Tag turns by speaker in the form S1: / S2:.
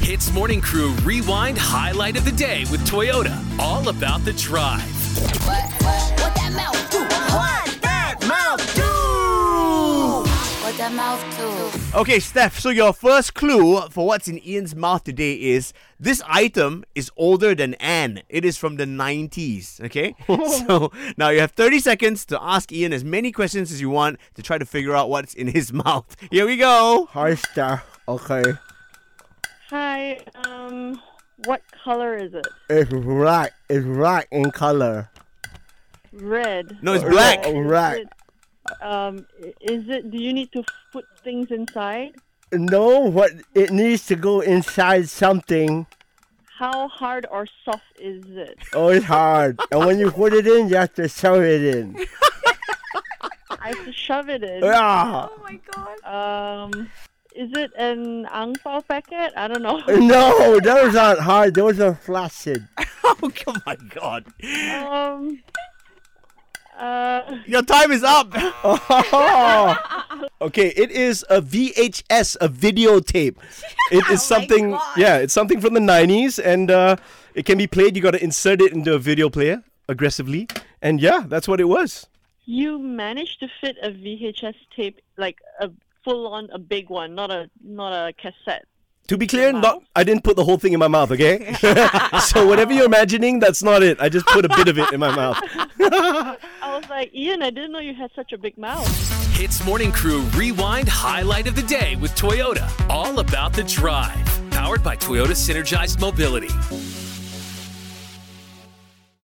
S1: Hits Morning Crew Rewind Highlight of the Day with Toyota. All about the drive.
S2: What, what, what that mouth do? What that mouth do? What that mouth do?
S3: Okay, Steph, so your first clue for what's in Ian's mouth today is this item is older than Anne. It is from the 90s, okay? so now you have 30 seconds to ask Ian as many questions as you want to try to figure out what's in his mouth. Here we go.
S4: Hi, Steph. Okay.
S5: Hi. Um, what color is it?
S4: It's black. It's black in color.
S5: Red.
S3: No, it's black.
S4: Oh, right.
S5: Is it, um, i- is it? Do you need to put things inside?
S4: No, what it needs to go inside something.
S5: How hard or soft is it?
S4: Oh, it's hard. and when you put it in, you have to shove it in.
S5: I have to shove it in.
S4: Yeah.
S5: Um, is it an ang pao packet? I don't know.
S4: No, those aren't hard. Those are flaccid.
S3: Oh, come my God.
S5: Um. Uh,
S3: Your time is up.
S6: Okay, it is a VHS, a videotape. It is something, yeah, it's something from the 90s, and uh, it can be played. You got to insert it into a video player aggressively, and yeah, that's what it was.
S5: you managed to fit a VHS tape, like a full-on, a big one, not a not a cassette.
S6: To be clear, not I didn't put the whole thing in my mouth, okay? so whatever you're imagining, that's not it. I just put a bit of it in my mouth.
S5: I was like, Ian, I didn't know you had such a big mouth.
S1: Hits Morning Crew Rewind Highlight of the Day with Toyota. All about the drive. Powered by Toyota Synergized Mobility.